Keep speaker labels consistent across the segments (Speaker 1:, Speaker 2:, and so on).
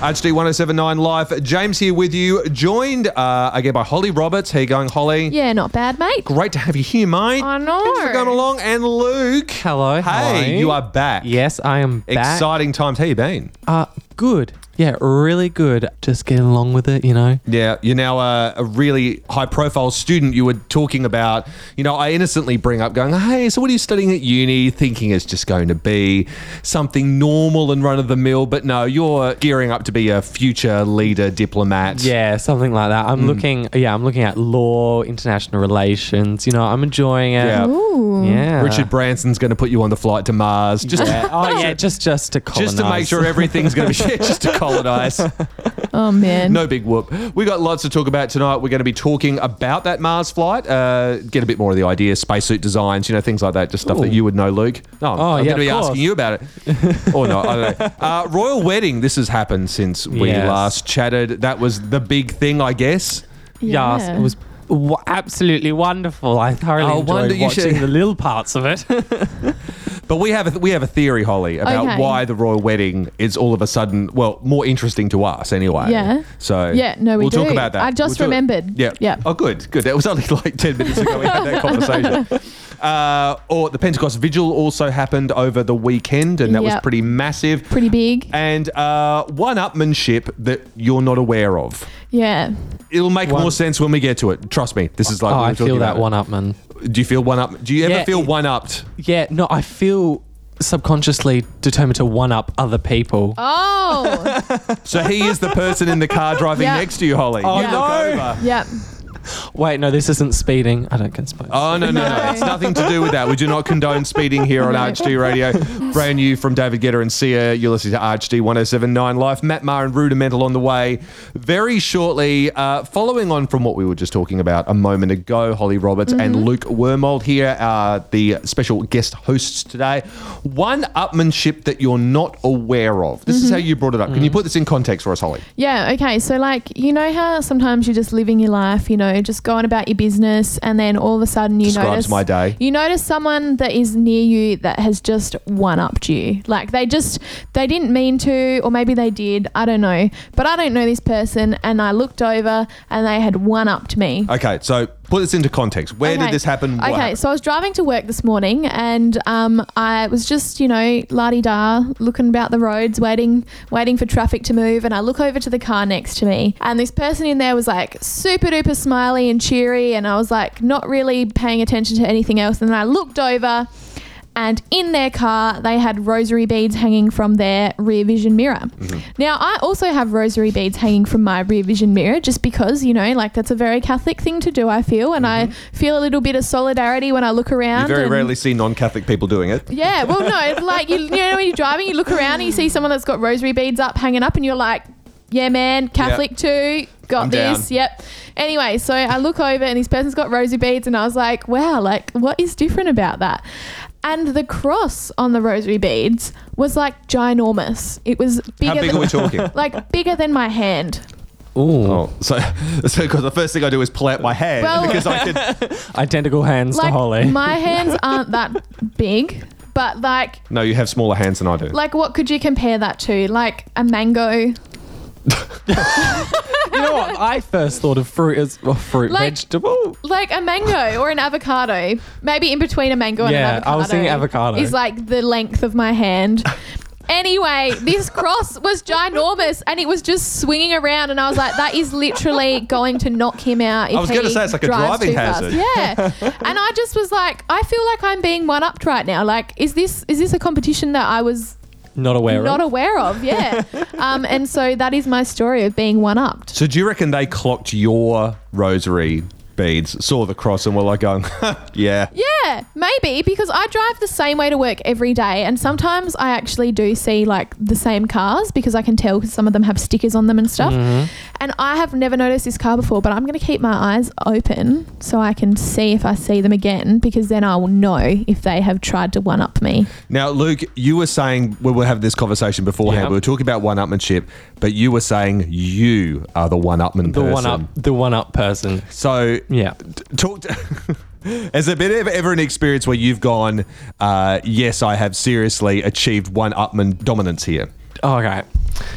Speaker 1: HD 1079 Live. James here with you, joined uh, again by Holly Roberts. How you going, Holly?
Speaker 2: Yeah, not bad, mate.
Speaker 1: Great to have you here, mate.
Speaker 2: I know.
Speaker 1: Thanks for coming along. And Luke.
Speaker 3: Hello. how are
Speaker 1: Hey, you are back.
Speaker 3: Yes, I am back.
Speaker 1: Exciting times. How you been?
Speaker 3: Uh, good. Yeah, really good. Just getting along with it, you know.
Speaker 1: Yeah, you're now a, a really high profile student. You were talking about, you know, I innocently bring up going, hey, so what are you studying at uni? Thinking it's just going to be something normal and run of the mill. But no, you're gearing up to be a future leader, diplomat.
Speaker 3: Yeah, something like that. I'm looking. Yeah, I'm looking at law, international relations. You know, I'm enjoying it.
Speaker 1: Yeah.
Speaker 2: Ooh.
Speaker 3: Yeah.
Speaker 1: Richard Branson's going to put you on the flight to Mars. Just
Speaker 3: Uh-huh. Yeah. Oh yeah, just just to colonize.
Speaker 1: just to make sure everything's going to be yeah, just to colonize.
Speaker 2: Oh man.
Speaker 1: No big whoop. We got lots to talk about tonight. We're going to be talking about that Mars flight. Uh, get a bit more of the ideas, spacesuit designs, you know, things like that. Just stuff that
Speaker 3: Ooh.
Speaker 1: you would know, Luke. No,
Speaker 3: Oh,
Speaker 1: I'm going
Speaker 3: yeah,
Speaker 1: to be
Speaker 3: of course.
Speaker 1: asking you about it, or not. I don't know. Uh, royal wedding. This has happened since we
Speaker 3: Yes.
Speaker 1: last chatted. That was the big thing, I guess.
Speaker 3: Yes,
Speaker 2: Yeah.
Speaker 3: it was w- absolutely wonderful. I thoroughly
Speaker 1: I
Speaker 3: enjoyed
Speaker 1: wonder you
Speaker 3: watching
Speaker 1: should-
Speaker 3: the little parts of it. Oh,
Speaker 1: But we have a we have a theory, Holly, about
Speaker 2: Okay.
Speaker 1: why the royal wedding is all of a sudden well more interesting to us anyway.
Speaker 2: Yeah.
Speaker 1: So
Speaker 2: Yeah, no, we
Speaker 1: will talk
Speaker 2: do.
Speaker 1: about that.
Speaker 2: I just
Speaker 1: We'll do it.
Speaker 2: remembered.
Speaker 1: Yeah.
Speaker 2: Yeah.
Speaker 1: Oh, good, good. That was only like ten minutes ago we had that conversation. Uh, or the Pentecost Vigil also happened over the weekend, and that was
Speaker 2: Yep.
Speaker 1: pretty massive.
Speaker 2: Pretty big.
Speaker 1: and uh, one-upmanship that you're not aware of.
Speaker 2: Yeah.
Speaker 1: It'll make
Speaker 3: One-
Speaker 1: more sense when we get to it. Trust me. This is like
Speaker 3: oh,
Speaker 1: we were
Speaker 3: I
Speaker 1: talking
Speaker 3: feel that
Speaker 1: about it.
Speaker 3: one up, man.
Speaker 1: Do you feel one up? Do you ever
Speaker 3: Yeah,
Speaker 1: feel
Speaker 3: it-
Speaker 1: one-upped?
Speaker 3: Yeah, no, I feel subconsciously determined to one up other people.
Speaker 2: Oh.
Speaker 1: So he is the person in the car driving
Speaker 2: Yeah.
Speaker 1: next to you, Holly.
Speaker 3: Oh,
Speaker 1: you
Speaker 2: no.
Speaker 1: look over.
Speaker 2: yep.
Speaker 3: Wait, no, this isn't speeding. I don't conspire.
Speaker 1: Oh no, no, no!
Speaker 2: No.
Speaker 1: It's nothing to do with that. We do not condone speeding here on
Speaker 2: No.
Speaker 1: RHD Radio. Brand new from David Getter and Sia. You're listening to RHD 107.9 Life. Matt Maher and Rudimental on the way very shortly. Uh, following on from what we were just talking about a moment ago, Holly Roberts
Speaker 2: Mm-hmm.
Speaker 1: and Luke Wormold here are the special guest hosts today. One upmanship that you're not aware of. This
Speaker 2: Mm-hmm.
Speaker 1: is how you brought it up. Can
Speaker 2: Mm.
Speaker 1: you put this in context for us, Holly?
Speaker 2: Yeah. Okay. So like, you know how sometimes you're just living your life, you know, just going about your business, and then all of a sudden you
Speaker 1: Describes
Speaker 2: notice
Speaker 1: my day.
Speaker 2: You notice someone that is near you that has just one upped you. Like they just they didn't mean to, or maybe they did. I don't know. But I don't know this person, and I looked over, and they had one upped me.
Speaker 1: Okay, so put this into context. Where did
Speaker 2: Okay.
Speaker 1: this happen? What
Speaker 2: okay,
Speaker 1: happened?
Speaker 2: so I was driving to work this morning, and um, I was just, you know, la di da, looking about the roads, waiting, waiting for traffic to move. And I look over to the car next to me, and this person in there was like super duper smiley and cheery, and I was like not really paying attention to anything else. And then I looked over. And in their car, they had rosary beads hanging from their rear vision mirror.
Speaker 1: Mm-hmm.
Speaker 2: Now, I also have rosary beads hanging from my rear vision mirror just because, you know, like that's a very Catholic thing to do, I feel. And I feel a little bit of solidarity when I look around.
Speaker 1: You Mm-hmm. very
Speaker 2: and-
Speaker 1: rarely see non-Catholic people doing it.
Speaker 2: Yeah, well, no, it's like you, you know, when you're driving, you look around and you see someone that's got rosary beads up, hanging up, and you're like, yeah, man, Catholic too. Got
Speaker 1: I'm down.
Speaker 2: this. Yep. Anyway, so I look over and this person's got rosary beads, and I was like, wow, like, what is different about that? And the cross on the rosary beads was like ginormous. It was bigger
Speaker 1: How big
Speaker 2: than,
Speaker 1: are we talking?
Speaker 2: like bigger than my hand.
Speaker 3: Ooh.
Speaker 1: Oh, so so because the first thing I do is pull out my hand
Speaker 2: Well-
Speaker 1: because I could.
Speaker 3: Identical hands to
Speaker 2: Like
Speaker 3: Holly.
Speaker 2: my hands aren't that big, but like
Speaker 1: No, you have smaller hands than I do.
Speaker 2: like what could you compare that to? Like a mango
Speaker 3: you know what? I first thought of fruit as well, fruit
Speaker 2: Like-
Speaker 3: vegetable.
Speaker 2: like a mango or an avocado, maybe in between a mango and an
Speaker 3: Yeah,
Speaker 2: avocado.
Speaker 3: I was thinking avocado.
Speaker 2: Is like the length of my hand. Anyway, this cross was ginormous and it was just swinging around, and I was like, "That is literally going to knock him out." If
Speaker 1: I was gonna
Speaker 2: he
Speaker 1: say it's like a
Speaker 2: drives
Speaker 1: driving
Speaker 2: too fast.
Speaker 1: hazard.
Speaker 2: Yeah, and I just was like, "I feel like I'm being one upped right now. Like, is this is this a competition that I was
Speaker 3: Not aware
Speaker 2: not
Speaker 3: of.
Speaker 2: aware of?" Yeah, um, and so that is my story of being one upped.
Speaker 1: so do you reckon they clocked your rosary beads, saw the cross, and were like going, yeah.
Speaker 2: Yeah, maybe because I drive the same way to work every day, and sometimes I actually do see like the same cars because I can tell because some of them have stickers on them and stuff. And I have never noticed this car before, but I'm going to keep my eyes open so I can see if I see them again because then I will know if they have tried to one up me.
Speaker 1: Now, Luke, you were saying we were having this conversation beforehand.
Speaker 3: Yeah.
Speaker 1: We were talking about one-upmanship, but you were saying you are the one-upman
Speaker 3: the
Speaker 1: person.
Speaker 3: one up, the one up person.
Speaker 1: So
Speaker 3: Yeah.
Speaker 1: t- talk. To- Has there been ever, ever an experience where you've gone, uh, yes, I have seriously achieved one-upman dominance here?
Speaker 3: Oh, okay.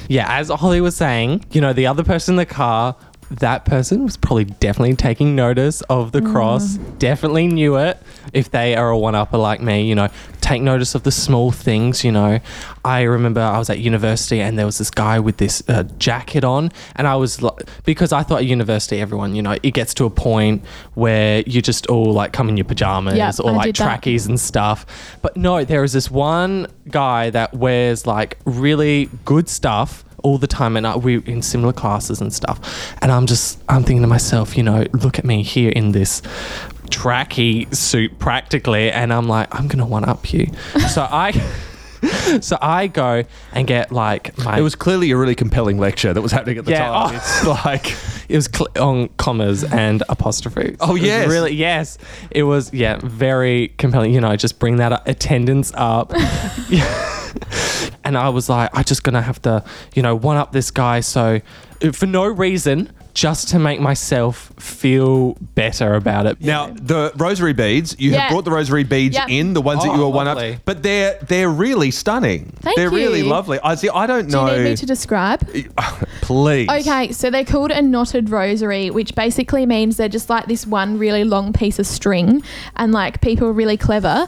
Speaker 3: yeah, as Holly was saying, you know, the other person in the car, that person was probably definitely taking notice of the cross,
Speaker 2: Mm.
Speaker 3: definitely knew it. If they are a one upper like me, you know, take notice of the small things, you know. I remember I was at university and there was this guy with this uh, jacket on, and I was like, because I thought at university, everyone, you know, it gets to a point where you just all like come in your pajamas
Speaker 2: Yeah,
Speaker 3: or
Speaker 2: I
Speaker 3: like
Speaker 2: did that.
Speaker 3: trackies khakis and stuff. But no, there is this one guy that wears like really good stuff all the time and I, we in similar classes and stuff. And I'm just I'm thinking to myself, you know, look at me here in this tracky suit practically and I'm like I'm going to one up you. So I so I go and get like my
Speaker 1: It was clearly a really compelling lecture that was happening at the
Speaker 3: Yeah,
Speaker 1: time.
Speaker 3: oh.
Speaker 1: It's like
Speaker 3: It was cl- on commas and apostrophes.
Speaker 1: Oh,
Speaker 3: It was
Speaker 1: yes.
Speaker 3: really yes. It was yeah, very compelling. You know, just bring that uh, attendance up. Yeah. and I was like, I just gonna have to, you know, one up this guy. So uh, for no reason, just to make myself feel better about it.
Speaker 1: Now the rosary beads. You have
Speaker 2: Yeah.
Speaker 1: brought the rosary beads
Speaker 2: Yeah.
Speaker 1: in, the ones that
Speaker 3: Oh,
Speaker 1: you were one up,
Speaker 3: lovely.
Speaker 1: but they're they're really stunning.
Speaker 2: Thank
Speaker 1: they're really
Speaker 2: you.
Speaker 1: lovely. I see. I don't
Speaker 2: Do
Speaker 1: know.
Speaker 2: you need me to describe?
Speaker 1: Please.
Speaker 2: Okay, so they're called a knotted rosary, which basically means they're just like this one really long piece of string, and like people are really clever.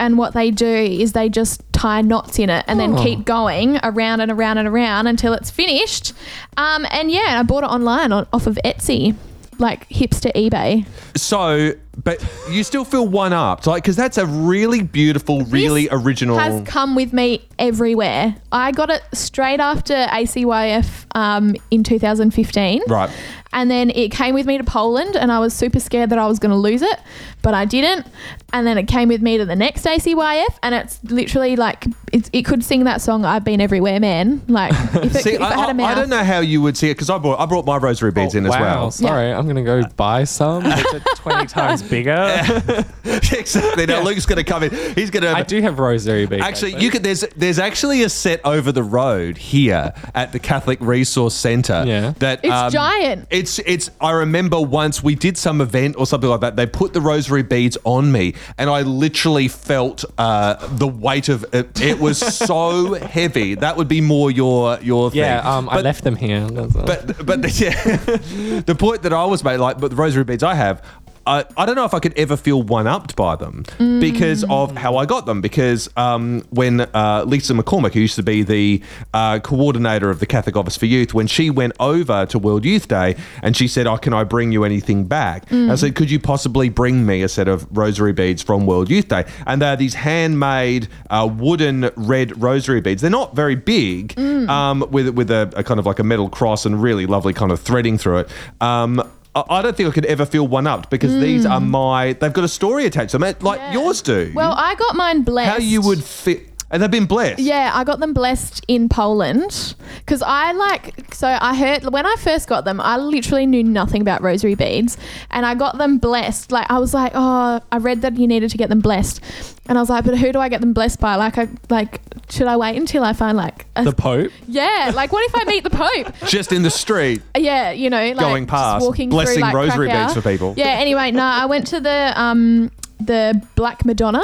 Speaker 2: And what they do is they just tie knots in it and then
Speaker 3: Oh.
Speaker 2: keep going around and around and around until it's finished. Um, and yeah, I bought it online on, off of Etsy, like hipster eBay.
Speaker 1: So, but you still feel one up, like because that's a really beautiful, really
Speaker 2: This
Speaker 1: original.
Speaker 2: Has come with me everywhere. I got it straight after ACYF um, in 2015.
Speaker 1: Right.
Speaker 2: And then it came with me to Poland, and I was super scared that I was going to lose it, but I didn't. And then it came with me to the next ACYF, and it's literally like it's, it could sing that song "I've Been Everywhere, Man." Like if, it,
Speaker 1: See,
Speaker 2: if
Speaker 1: I,
Speaker 2: I, had
Speaker 1: I-
Speaker 2: a mouth,
Speaker 1: I don't know how you would see it because I brought I brought my rosary beads in as
Speaker 3: Oh, wow,
Speaker 1: well.
Speaker 3: Sorry, I'm gonna go buy some. which are Twenty times bigger.
Speaker 1: exactly. Now Luke's going to come in. He's going to.
Speaker 3: I do have rosary beads.
Speaker 1: Actually, you could. There's there's actually a set over the road here at the Catholic Resource Centre.
Speaker 3: Yeah.
Speaker 1: that um,
Speaker 2: It's giant.
Speaker 1: It's it's. I remember once we did some event or something like that. They put the rosary beads on me, and I literally felt uh, the weight of it. It was so heavy. That would be more your your thing.
Speaker 3: Yeah, um, I
Speaker 1: But-
Speaker 3: left them here. But
Speaker 1: but but the, yeah, the point that I was made, like, but the rosary beads I have, I, I don't know if I could ever feel one upped by them because of how I got them. Because um, when uh, Lisa McCormick, who used to be the uh, coordinator of the Catholic Office for Youth, when she went over to World Youth Day and she said, "Oh, can I bring you anything back?" I said, "Could you possibly bring me a set of rosary beads from World Youth Day?" And they're these handmade uh, wooden red rosary beads. They're not very big,
Speaker 2: Mm.
Speaker 1: um, with with a, a kind of like a metal cross and really lovely kind of threading through it. Um, I I don't think I could ever feel one upped because these are my. They've got a story attached to them, like
Speaker 2: Mm. Yeah.
Speaker 1: yours do.
Speaker 2: Well, I got mine blessed.
Speaker 1: how you would fit? And they've been blessed.
Speaker 2: Yeah, I got them blessed in Poland because I like. So I heard when I first got them, I literally knew nothing about rosary beads, and I got them blessed. Like I was like, oh, I read that you needed to get them blessed, and I was like, but who do I get them blessed by? Like, I like, should I wait until I find like a
Speaker 3: the Pope.
Speaker 2: yeah? Like, what if I meet the Pope?
Speaker 1: Just in the street.
Speaker 2: Yeah, you know, like
Speaker 1: Going
Speaker 2: just
Speaker 1: past,
Speaker 2: walking
Speaker 1: blessing
Speaker 2: through, like,
Speaker 1: rosary
Speaker 2: Krakow.
Speaker 1: beads for people.
Speaker 2: Yeah. Anyway, no, I went to the um the Black Madonna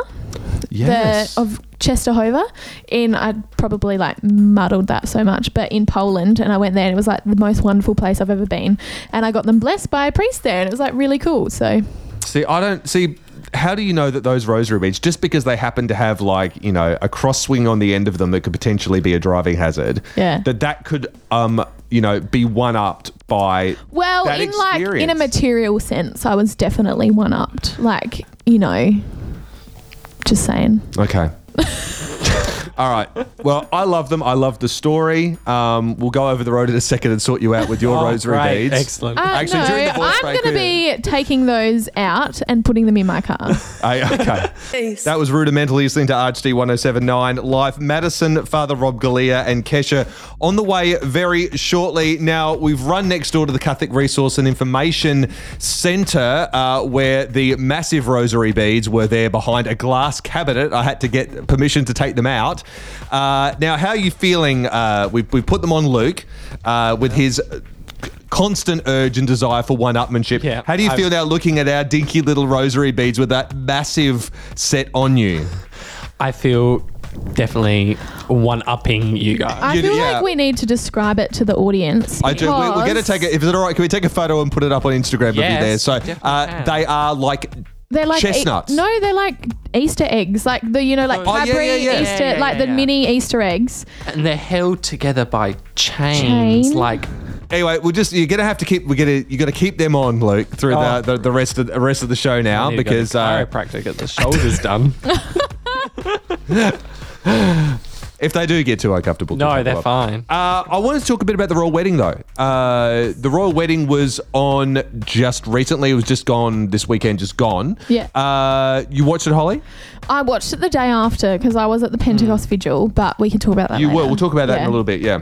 Speaker 1: Yes.
Speaker 2: the of Czestochowa in I probably like muddled that so much, but in Poland, and I went there and it was like the most wonderful place I've ever been, and I got them blessed by a priest there, and it was like really cool. So
Speaker 1: See, I don't see. How do you know that those rosary beads, just because they happen to have like you know a cross swing on the end of them that could potentially be a driving hazard,
Speaker 2: Yeah.
Speaker 1: that that could um you know be one upped by
Speaker 2: well,
Speaker 1: that
Speaker 2: in like in a
Speaker 1: experience?
Speaker 2: material sense, I was definitely one upped. Like you know, just saying.
Speaker 1: Okay. All right. Well, I love them. I love the story. Um, we'll go over the road in a second and sort you out with your
Speaker 3: Oh,
Speaker 1: rosary
Speaker 3: great,
Speaker 1: beads.
Speaker 3: Excellent.
Speaker 2: Uh,
Speaker 1: Actually,
Speaker 2: no,
Speaker 1: during the voice
Speaker 2: I'm
Speaker 1: break,
Speaker 2: going to
Speaker 1: we-
Speaker 2: be taking those out and putting them in my car.
Speaker 1: Hey, okay. That was rudimental You're listening to RHD 1079 Life. Madison, Father Rob Galea, and Kesha on the way very shortly. Now, we've run next door to the Catholic Resource and Information Centre uh, where the massive rosary beads were there behind a glass cabinet. I had to get permission to take them out. Uh, now, how are you feeling? Uh, we've, we've put them on Luke uh, with his. uh, c- Constant urge and desire for one-upmanship.
Speaker 3: Yeah,
Speaker 1: How do you
Speaker 3: I've-
Speaker 1: feel now looking at our dinky little rosary beads with that massive set on you?
Speaker 3: I feel definitely one upping you guys.
Speaker 2: I
Speaker 1: You-
Speaker 2: feel
Speaker 1: yeah.
Speaker 2: like we need to describe it to the audience.
Speaker 1: I do. We, we're going to
Speaker 2: because
Speaker 1: take it. If it's all right, can we take a photo and put it up on Instagram?
Speaker 3: Yes,
Speaker 1: It'll be there. So
Speaker 3: definitely
Speaker 1: uh,
Speaker 3: can.
Speaker 1: they are like.
Speaker 2: They're like e-
Speaker 1: chestnuts.
Speaker 2: no, they're like Easter eggs, like the you know like
Speaker 3: Oh,
Speaker 1: yeah,
Speaker 2: Cadbury
Speaker 1: yeah, yeah.
Speaker 2: Easter,
Speaker 3: Yeah, yeah,
Speaker 2: like the
Speaker 3: yeah.
Speaker 2: mini Easter eggs.
Speaker 3: And they're held together by chains,
Speaker 2: Chain?
Speaker 3: like
Speaker 1: Anyway, we'll just you're gonna have to keep we're gonna you got to keep them on, Luke, through
Speaker 3: Oh.
Speaker 1: the, the the rest of the rest of the show now
Speaker 3: I need to go to
Speaker 1: because uh,
Speaker 3: chiropractor get the shoulders done.
Speaker 1: if they do get too uncomfortable, to
Speaker 3: no,
Speaker 1: talk
Speaker 3: they're
Speaker 1: about-
Speaker 3: fine.
Speaker 1: Uh, I wanted to talk a bit about the royal wedding though. Uh, the royal wedding was on just recently. It was just gone this weekend, just gone.
Speaker 2: Yeah.
Speaker 1: Uh, you watched it, Holly?
Speaker 2: I watched it the day after because I was at the Pentecost vigil, but we can talk about that.
Speaker 1: Mm. You
Speaker 2: later.
Speaker 1: will. We'll talk about that in
Speaker 2: Yeah.
Speaker 1: a little bit. Yeah.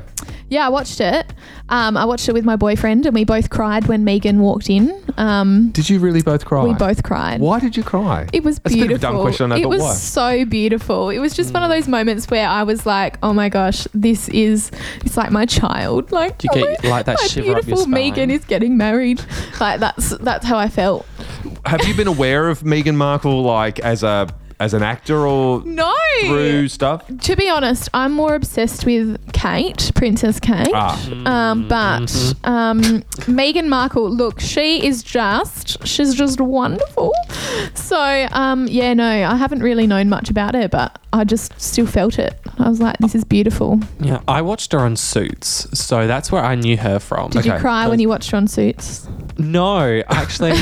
Speaker 2: Yeah, I watched it. Um, I watched it with my boyfriend, and we both cried when Megan walked in. Um,
Speaker 1: Did you really both cry?
Speaker 2: we both cried.
Speaker 1: Why did you cry?
Speaker 2: It was
Speaker 1: That's a
Speaker 2: beautiful.
Speaker 1: bit of a dumb question. I
Speaker 2: it
Speaker 1: thought,
Speaker 2: was
Speaker 1: why? Hmm.
Speaker 2: so beautiful. It was just one of those moments where I was like, "Oh my gosh, this is it's like my child." Like,
Speaker 3: Do you
Speaker 2: oh
Speaker 3: get,
Speaker 2: my-
Speaker 3: like, that
Speaker 2: my
Speaker 3: shiver up your
Speaker 2: beautiful Megan
Speaker 3: spine?
Speaker 2: is getting married. like that's that's how I felt.
Speaker 1: Have you been aware of Meghan Markle like as a as an actor or
Speaker 2: No.
Speaker 1: through stuff?
Speaker 2: To be honest, I'm more obsessed with Kate, Princess Kate.
Speaker 1: Ah.
Speaker 2: Um, but um, Meghan Markle, look, she is just, she's just wonderful. So, um, yeah, no, I haven't really known much about her, but I just still felt it. I was like, this is beautiful.
Speaker 3: Yeah, I watched her on Suits, so that's where I knew her from.
Speaker 2: Did you
Speaker 1: Okay.
Speaker 2: cry when you watched her on Suits?
Speaker 3: No, actually,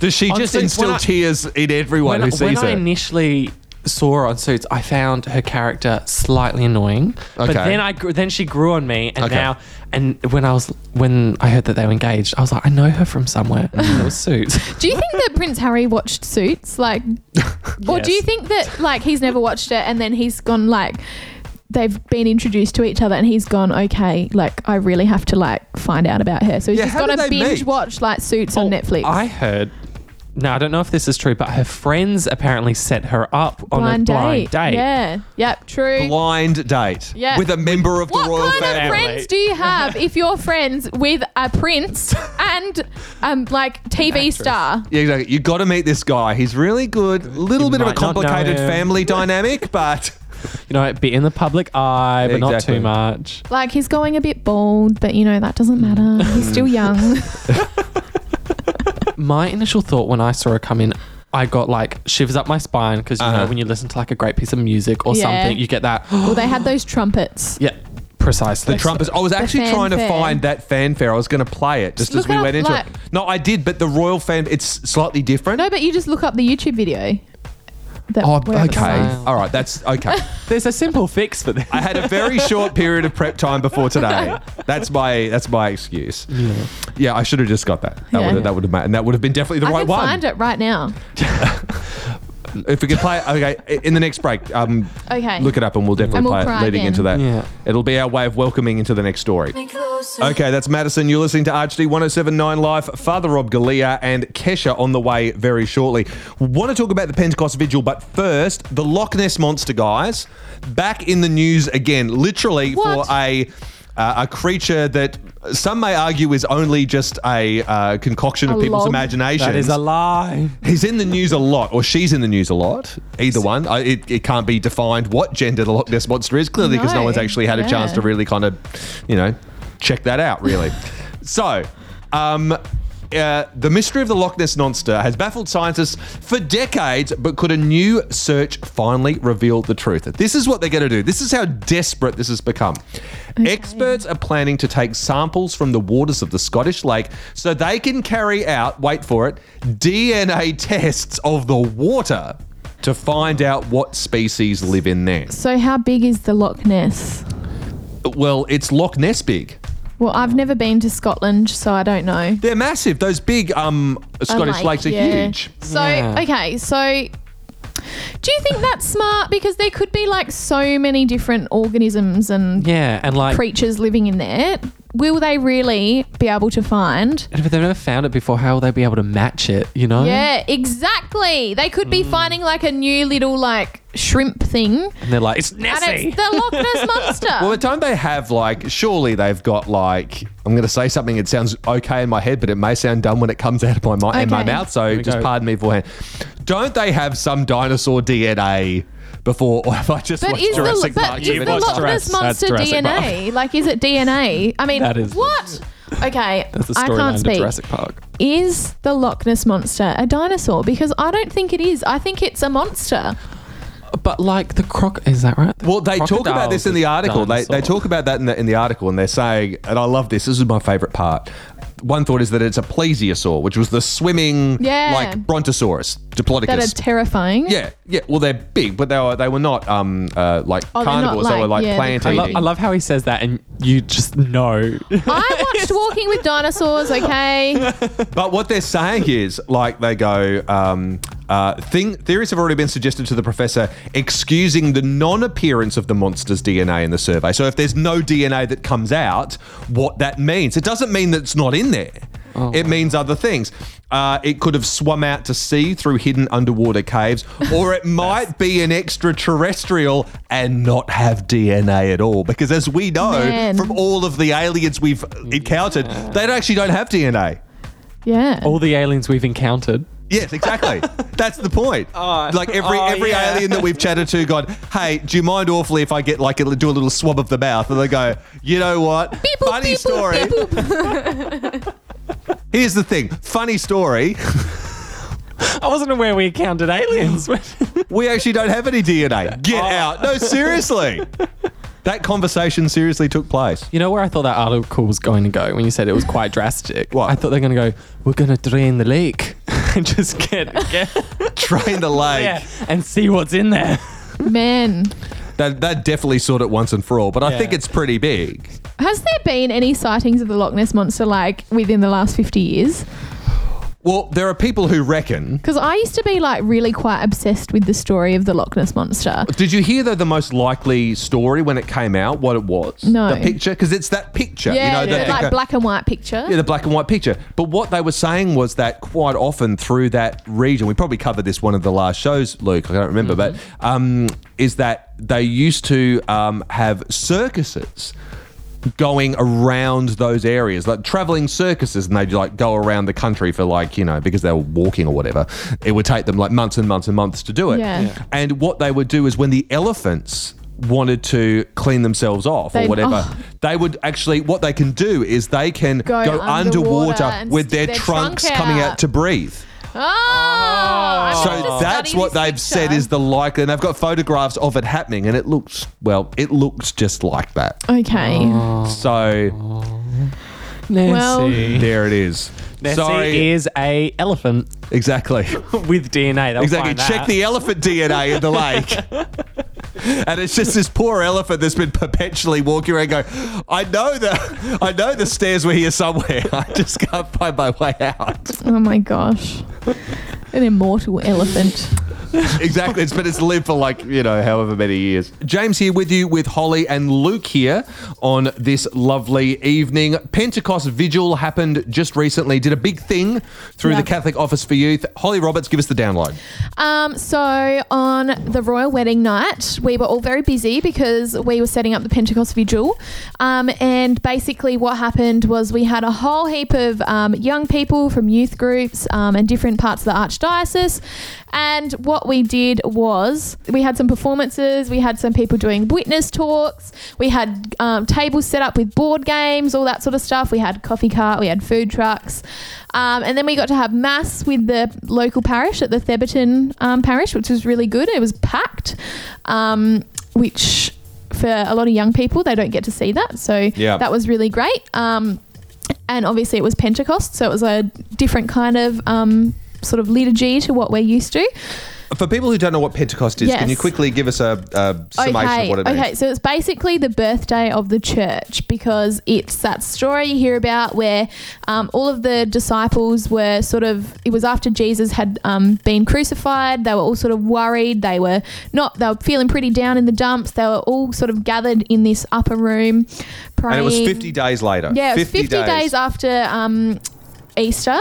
Speaker 1: Does she
Speaker 3: I'm
Speaker 1: just
Speaker 3: saying
Speaker 1: instill
Speaker 3: when I-
Speaker 1: tears in everyone
Speaker 3: when,
Speaker 1: who
Speaker 3: when
Speaker 1: sees
Speaker 3: I
Speaker 1: her?
Speaker 3: initially saw her on Suits, I found her character slightly annoying. But
Speaker 1: Okay.
Speaker 3: then I grew, then she grew on me, and
Speaker 1: Okay.
Speaker 3: now and when I was when I heard that they were engaged, I was like, I know her from somewhere.
Speaker 1: Mm.
Speaker 3: And it was Suits.
Speaker 2: Do you think that Prince Harry watched Suits? Like, or do
Speaker 3: Yes.
Speaker 2: you think that, like, he's never watched it and then he's gone, like, they've been introduced to each other and he's gone, okay, like, I really have to, like, find out about her. So he's
Speaker 1: Yeah,
Speaker 2: just
Speaker 1: how
Speaker 2: gone
Speaker 1: did they
Speaker 2: to binge
Speaker 1: meet?
Speaker 2: watch, like, Suits on
Speaker 3: Oh,
Speaker 2: Netflix.
Speaker 3: I heard. No, I don't know if this is true, but her friends apparently set her up on a blind date.
Speaker 2: Yeah. Yep. True.
Speaker 1: Blind date
Speaker 2: Yeah.
Speaker 1: with a member of
Speaker 2: what
Speaker 1: the royal
Speaker 2: kind
Speaker 1: family.
Speaker 2: of friends do you have if you're friends with a prince and um like TV star?
Speaker 1: Yeah, exactly. You got to meet this guy. He's really good. Little
Speaker 3: You
Speaker 1: bit of a
Speaker 3: might not know
Speaker 1: complicated
Speaker 3: him.
Speaker 1: family dynamic, but
Speaker 3: You know, be in the public eye, but not
Speaker 1: Exactly.
Speaker 3: too much.
Speaker 2: Like he's going a bit bald, but you know that doesn't matter. He's still young.
Speaker 3: my initial thought when I saw her come in, I got like shivers up my spine because you
Speaker 1: Uh-huh.
Speaker 3: know when you listen to like a great piece of music or
Speaker 2: Yeah.
Speaker 3: something, you get that.
Speaker 2: well, they had those trumpets.
Speaker 3: yeah, precisely.
Speaker 1: the trumpets. I was actually trying to
Speaker 2: fanfare.
Speaker 1: find that fanfare. I was going to play it just
Speaker 2: Look
Speaker 1: as we
Speaker 2: up,
Speaker 1: went into
Speaker 2: like-
Speaker 1: it. No, I did, but the royal fan. It's slightly different.
Speaker 2: No, but you just look up the YouTube video. That
Speaker 1: Oh,
Speaker 2: where it was
Speaker 1: okay.
Speaker 2: live.
Speaker 1: All right, that's okay.
Speaker 3: There's a simple fix for this.
Speaker 1: I had a very short period of prep time before today. That's my that's my excuse. Yeah, I should have just got that. That
Speaker 2: Yeah.
Speaker 1: would have that would have ma- and that would have been definitely the
Speaker 2: I
Speaker 1: right
Speaker 2: can
Speaker 1: one.
Speaker 2: find it right now.
Speaker 1: If we could play it, okay, i- in the next break, um,
Speaker 2: Okay.
Speaker 1: look it up and we'll definitely
Speaker 2: And we'll
Speaker 1: play
Speaker 2: cry
Speaker 1: it leading
Speaker 2: then.
Speaker 1: into that.
Speaker 3: Yeah.
Speaker 1: It'll be our way of welcoming into the next story. Okay, that's Madison. You're listening to RHD 1079 Live. Father Rob Galea and Kesha on the way very shortly. Want to talk about the Pentecost Vigil, but first, the Loch Ness Monster guys back in the news again, literally
Speaker 2: What?
Speaker 1: for a. Uh, a creature that some may argue is only just a uh, concoction
Speaker 2: A
Speaker 1: of people's
Speaker 2: log.
Speaker 1: imaginations.
Speaker 3: that is a lie.
Speaker 1: He's in the news a lot, or she's in the news a lot. Either one. I, it, it can't be defined what gender the Loch Ness Monster is, clearly because no.
Speaker 2: No.
Speaker 1: one's actually had a chance
Speaker 2: Yeah.
Speaker 1: to really kind of, you know, check that out, really. so, um, uh, the mystery of the Loch Ness Monster has baffled scientists for decades, but could a new search finally reveal the truth? This is what they're going to do. This is how desperate this has become. Experts are planning to take samples from the waters of the Scottish lake so they can carry out, wait for it, DNA tests of the water to find out what species live in there.
Speaker 2: So how big is the Loch Ness?
Speaker 1: Well, it's Loch Ness big.
Speaker 2: Well, I've never been to Scotland, so I don't know.
Speaker 1: They're massive. Those big um,
Speaker 2: a
Speaker 1: Scottish
Speaker 2: lake,
Speaker 1: lakes are
Speaker 2: yeah.
Speaker 1: huge.
Speaker 2: So
Speaker 3: Yeah.
Speaker 2: okay, so do you think that's smart? Because there could be like so many different organisms and
Speaker 3: Yeah, and like,
Speaker 2: creatures living in there. Will they really be able to find?
Speaker 3: and if they've never found it before, how will they be able to match it? You know?
Speaker 2: Yeah, exactly. They could
Speaker 1: Hmm.
Speaker 2: be finding like a new little like shrimp thing,
Speaker 3: And they're like, it's
Speaker 2: and
Speaker 3: Nessie.
Speaker 2: it's the Loch Ness monster.
Speaker 1: Well, don't they have like? Surely they've got like. I'm going to say something. It sounds okay in my head, but it may sound dumb when it comes out of my mi- in my
Speaker 2: Okay.
Speaker 1: mouth. So
Speaker 3: we
Speaker 1: just
Speaker 3: go.
Speaker 1: pardon me beforehand. Don't they have some dinosaur DNA
Speaker 2: But
Speaker 1: watched
Speaker 2: is the,
Speaker 1: Jurassic Park?
Speaker 2: but is
Speaker 1: too
Speaker 2: the
Speaker 1: much?
Speaker 2: Loch Ness
Speaker 3: Jurassic-
Speaker 2: monster
Speaker 3: that's Jurassic Park.
Speaker 2: DNA? Like, is it DNA? I mean,
Speaker 3: That is-
Speaker 2: what? Okay,
Speaker 3: That's the
Speaker 2: I can't
Speaker 3: storyline of
Speaker 2: speak.
Speaker 3: Jurassic Park.
Speaker 2: Is the Loch Ness monster a dinosaur? Because I don't think it is. I think it's a monster.
Speaker 3: But like the croc, is that right? The
Speaker 1: Well, they talk about this in the
Speaker 3: crocodile's a
Speaker 1: article. They, they
Speaker 3: dinosaur.
Speaker 1: talk about that in the, in the article, and they're saying, and I love this. This is my favorite part. One thought is that it's a plesiosaur, which was the swimming,
Speaker 2: Yeah.
Speaker 1: like Brontosaurus, Diplodocus.
Speaker 2: That are terrifying.
Speaker 1: yeah, yeah. Well, they're big, but they were they were not um uh, like
Speaker 2: Oh, they're not
Speaker 1: carnivores. they were
Speaker 2: like-
Speaker 1: like
Speaker 2: yeah, they're
Speaker 1: plant
Speaker 3: I,
Speaker 1: eating.
Speaker 3: lo- I love how he says that, and you just know.
Speaker 2: I watched Walking with Dinosaurs, okay?
Speaker 1: But what they're saying is, like, they go, um, uh, thing, theories have already been suggested to the professor, excusing the non appearance of the monster's DNA in the survey. So if there's no DNA that comes out, what that means, it doesn't mean that it's not in there. it means other things. Uh, it could have swum out to sea through hidden underwater caves, or it might be an extraterrestrial and not have DNA at all. Because as we know
Speaker 2: Man.
Speaker 1: from all of the aliens we've encountered, they don't- actually don't have DNA.
Speaker 2: Yeah.
Speaker 3: All the aliens we've encountered.
Speaker 1: Yes, exactly. That's the point.
Speaker 3: Oh,
Speaker 1: like every
Speaker 3: oh,
Speaker 1: every
Speaker 3: yeah.
Speaker 1: alien that we've chatted to, gone, hey, do you mind awfully if I get like a, do a little swab of the mouth? And they go, you know what?
Speaker 2: Beep boop,
Speaker 1: Funny
Speaker 2: beep boop,
Speaker 1: story.
Speaker 2: beep boop.
Speaker 1: Here's the thing. Funny story.
Speaker 3: I wasn't aware we encountered aliens.
Speaker 1: We actually don't have any DNA. Get
Speaker 3: Oh.
Speaker 1: out. No, seriously. that conversation seriously took place.
Speaker 3: you know where I thought that article was going to go when you said it was quite drastic?
Speaker 1: What?
Speaker 3: I thought they're going to go, we're going to drain the lake and just get, get
Speaker 1: Train the lake.
Speaker 3: yeah, and see what's in there.
Speaker 2: Man.
Speaker 1: That that definitely sorted it once and for all. But I
Speaker 3: Yeah.
Speaker 1: think it's pretty big.
Speaker 2: Has there been any sightings of the Loch Ness monster like within the last 50 years?
Speaker 1: Well, there are people who reckon
Speaker 2: Because I used to be like really quite obsessed with the story of the Loch Ness monster.
Speaker 1: Did you hear though the most likely story when it came out? What it was?
Speaker 2: No.
Speaker 1: the picture because it's that picture.
Speaker 2: Yeah,
Speaker 1: you know,
Speaker 2: the,
Speaker 1: that
Speaker 2: like
Speaker 1: picture-
Speaker 2: black and white picture.
Speaker 1: Yeah, the black and white picture. But what they were saying was that quite often through that region, we probably covered this one of the last shows, Luke. I don't remember,
Speaker 2: Mm-hmm.
Speaker 1: but um, is that they used to um, have circuses going around those areas, like traveling circuses, and they'd like go around the country for like you know because they were walking or whatever. It would take them like months and months and months to do it.
Speaker 2: Yeah. Yeah.
Speaker 1: And what they would do is when the elephants wanted to clean themselves off
Speaker 2: They'd-
Speaker 1: or whatever
Speaker 2: oh.
Speaker 1: they would actually what they can do is they can
Speaker 2: go
Speaker 1: go,
Speaker 2: underwater
Speaker 1: underwater,
Speaker 2: and
Speaker 1: with their,
Speaker 2: stick their trunk
Speaker 1: trunks coming
Speaker 2: out.
Speaker 1: out to breathe.
Speaker 2: Oh, I wanted to
Speaker 1: Ah. So that's
Speaker 2: study
Speaker 1: what
Speaker 2: this
Speaker 1: they've said
Speaker 2: picture.
Speaker 1: is the like, and I've got photographs of it happening, and it looks well, it looks just like that.
Speaker 2: Okay.
Speaker 1: Ah. So
Speaker 3: Nessie.
Speaker 2: Well-
Speaker 1: there it is.
Speaker 3: Nessie
Speaker 1: Sorry,
Speaker 3: is a elephant
Speaker 1: exactly,
Speaker 3: with DNA. They'll
Speaker 1: exactly.
Speaker 3: find
Speaker 1: Check
Speaker 3: that.
Speaker 1: the elephant DNA in the lake. And it's just this poor elephant that's been perpetually walking around going, I know the I know the stairs were here somewhere. I just can't find my way out.
Speaker 2: Oh my gosh. An immortal elephant.
Speaker 1: exactly. It's, but it's lived for like, you know, however many years. James here with you, with Holly and Luke here on this lovely evening. Pentecost Vigil happened just recently, did a big thing through
Speaker 2: Yeah.
Speaker 1: the Catholic Office for Youth. Holly Roberts, give us the download.
Speaker 2: Um, so on the royal wedding night, we were all very busy because we were setting up the Pentecost vigil. Um, and basically, what happened was we had a whole heap of um, young people from youth groups um, and different parts of the archdiocese. And what we did was we had some performances, we had some people doing witness talks, we had um, tables set up with board games, all that sort of stuff. We had coffee cart, we had food trucks. Um, and then we got to have mass with the local parish at the Theberton um, parish, which was really good. It was packed, um, which for a lot of young people, they don't get to see that. So
Speaker 1: Yeah.
Speaker 2: that was really great. Um, and obviously, it was Pentecost, so it was a different kind of um, sort of liturgy to what we're used to.
Speaker 1: For people who don't know what Pentecost is, can
Speaker 2: Yes.
Speaker 1: you quickly give us a, a summation of what it means?
Speaker 2: Okay, so it's basically the birthday of the church because it's that story you hear about where um, all of the disciples were sort of, it was after Jesus had um, been crucified. They were all sort of worried. They were not, they were feeling pretty down in the dumps. They were all sort of gathered in this upper room praying.
Speaker 1: And it was 50 days later.
Speaker 2: Yeah, it was 50 days, after um, Easter.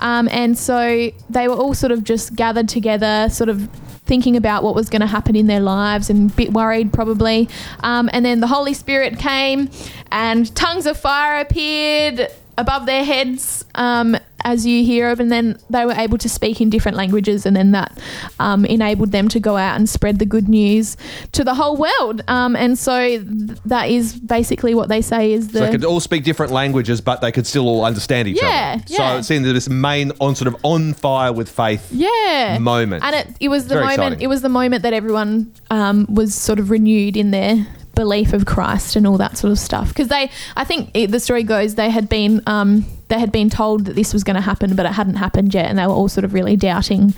Speaker 2: Um, and so they were all sort of just gathered together, sort of thinking about what was going to happen in their lives and a bit worried probably. Um, and then the Holy Spirit came and tongues of fire appeared above their heads. Um, as you hear of, and then they were able to speak in different languages, and then that um, enabled them to go out and spread the good news to the whole world. Um, and so th- that is basically what they say is the
Speaker 1: So they could all speak different languages, but they could still all understand each
Speaker 2: Yeah,
Speaker 1: other.
Speaker 2: yeah.
Speaker 1: So it seemed that this main on sort of on fire with faith.
Speaker 2: yeah
Speaker 1: moment.
Speaker 2: and it, it was the
Speaker 1: Very
Speaker 2: moment
Speaker 1: exciting.
Speaker 2: it was the moment that everyone um, was sort of renewed in their belief of christ and all that sort of stuff because they i think it, the story goes they had been um, they had been told that this was going to happen but it hadn't happened yet and they were all sort of really doubting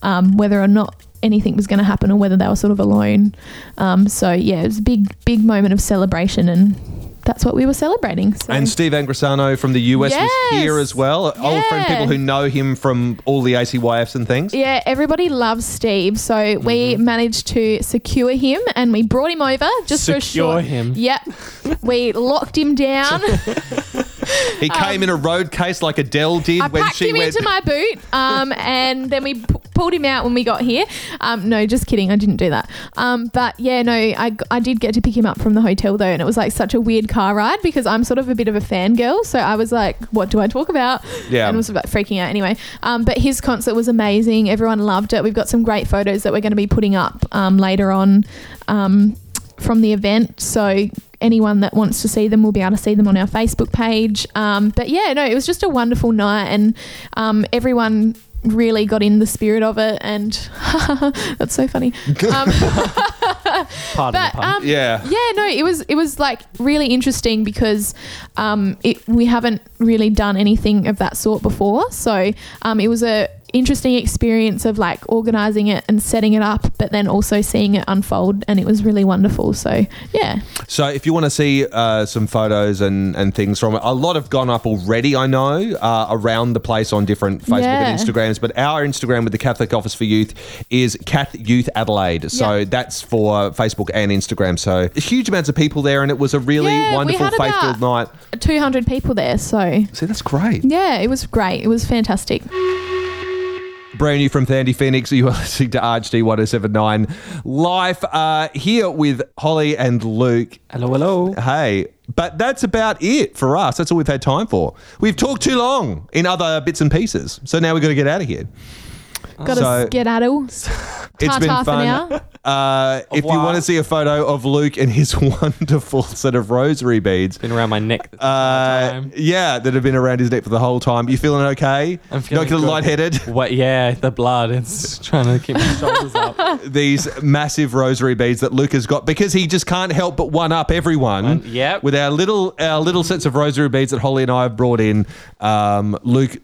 Speaker 2: um, whether or not anything was going to happen or whether they were sort of alone um, so yeah it was a big big moment of celebration and that's what we were celebrating so.
Speaker 1: And Steve Angrisano from the US was
Speaker 2: Yes.
Speaker 1: here as well. Old friend,
Speaker 2: Yeah.
Speaker 1: people who know him from all the ACYFs and things.
Speaker 2: Yeah, everybody loves Steve, so we
Speaker 1: Mm-hmm.
Speaker 2: managed to secure him and we brought him over just for a
Speaker 3: Secure
Speaker 2: short.
Speaker 3: him.
Speaker 2: Yep, we locked him down.
Speaker 1: He came in a road case like Adele did
Speaker 2: um, I
Speaker 1: when
Speaker 2: packed
Speaker 1: she
Speaker 2: him
Speaker 1: went.
Speaker 2: into my boot, um, and then we pu- pulled him out when we got here. Um, no, just kidding, I didn't do that. Um, but yeah, no, I, g- I did get to pick him up from the hotel though, and it was like such a weird car ride because I'm sort of a bit of a fangirl, so I was like, what do I talk about?
Speaker 1: Yeah.
Speaker 2: and was about freaking out anyway. Um, but his concert was amazing. Everyone loved it. We've got some great photos that we're going to be putting up um, later on um, from the event. So anyone that wants to see them will be able to see them on our Facebook page. Um, but yeah, no, it was just a wonderful night, and um, everyone really got in the spirit of it. And that's so funny. Um,
Speaker 3: Pardon
Speaker 2: but
Speaker 3: the pun.
Speaker 2: um,
Speaker 1: Yeah.
Speaker 2: yeah, no, it was it was like really interesting because um, it, we haven't really done anything of that sort before, so um, it was a interesting experience of like organizing it and setting it up, but then also seeing it unfold, and it was really wonderful. So yeah,
Speaker 1: So if you want to see uh, some photos and, and things from it, a lot have gone up already, I know, uh, around the place on different Facebook
Speaker 2: Yeah.
Speaker 1: and Instagrams. But our Instagram with the Catholic Office for Youth is Cath Youth Adelaide. So
Speaker 2: Yeah.
Speaker 1: that's for Facebook and Instagram. So huge amounts of people there, and it was a really
Speaker 2: Yeah, we
Speaker 1: wonderful,
Speaker 2: had about-
Speaker 1: faith-filled night.
Speaker 2: two hundred people there. So
Speaker 1: See, that's great.
Speaker 2: yeah, it was great. It was fantastic.
Speaker 1: Brand new from Thandy Phoenix. You are listening to RHD 1079 Live uh, here with Holly and Luke.
Speaker 3: hello, hello.
Speaker 1: Hey, but that's about it for us. That's all we've had time for. We've talked too long in other bits and pieces. So now we've got to get out of here.
Speaker 2: Got
Speaker 1: So-
Speaker 2: a skedaddle.
Speaker 1: It's been
Speaker 2: Ta-ta for
Speaker 1: fun. Uh, if you
Speaker 3: revoir.
Speaker 1: want to see a photo of Luke and his wonderful set of rosary beads,
Speaker 3: Been around my neck. this entire
Speaker 1: uh,
Speaker 3: time.
Speaker 1: yeah, that have been around his neck for the whole time. You feeling okay?
Speaker 3: I'm feeling
Speaker 1: Not getting
Speaker 3: good.
Speaker 1: lightheaded.
Speaker 3: What? Yeah, the blood. It's trying to keep my shoulders up.
Speaker 1: These massive rosary beads that Luke has got because he just can't help but one up everyone.
Speaker 3: One- yep.
Speaker 1: With our little our little sets of rosary beads that Holly and I have brought in, um, Luke.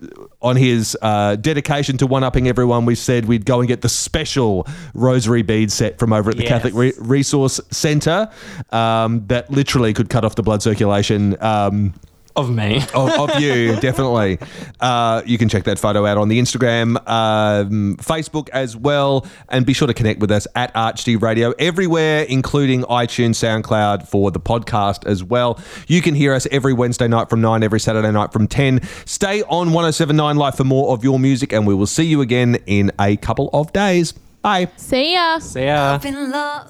Speaker 1: On his uh, dedication to one upping everyone, we said we'd go and get the special rosary bead set from over at the
Speaker 3: Yes.
Speaker 1: Catholic Re- Resource Centre um, that literally could cut off the blood circulation. Um,
Speaker 3: Of me.
Speaker 1: of, of you, definitely. Uh, you can check that photo out on the Instagram, um, Facebook as well, and be sure to connect with us at ArchD Radio everywhere, including iTunes, SoundCloud for the podcast as well. You can hear us every Wednesday night from 9, every Saturday night from 10. Stay on 1079 Live for more of your music, and we will see you again in a couple of days. Bye.
Speaker 2: See ya.
Speaker 3: See ya.
Speaker 4: up in love.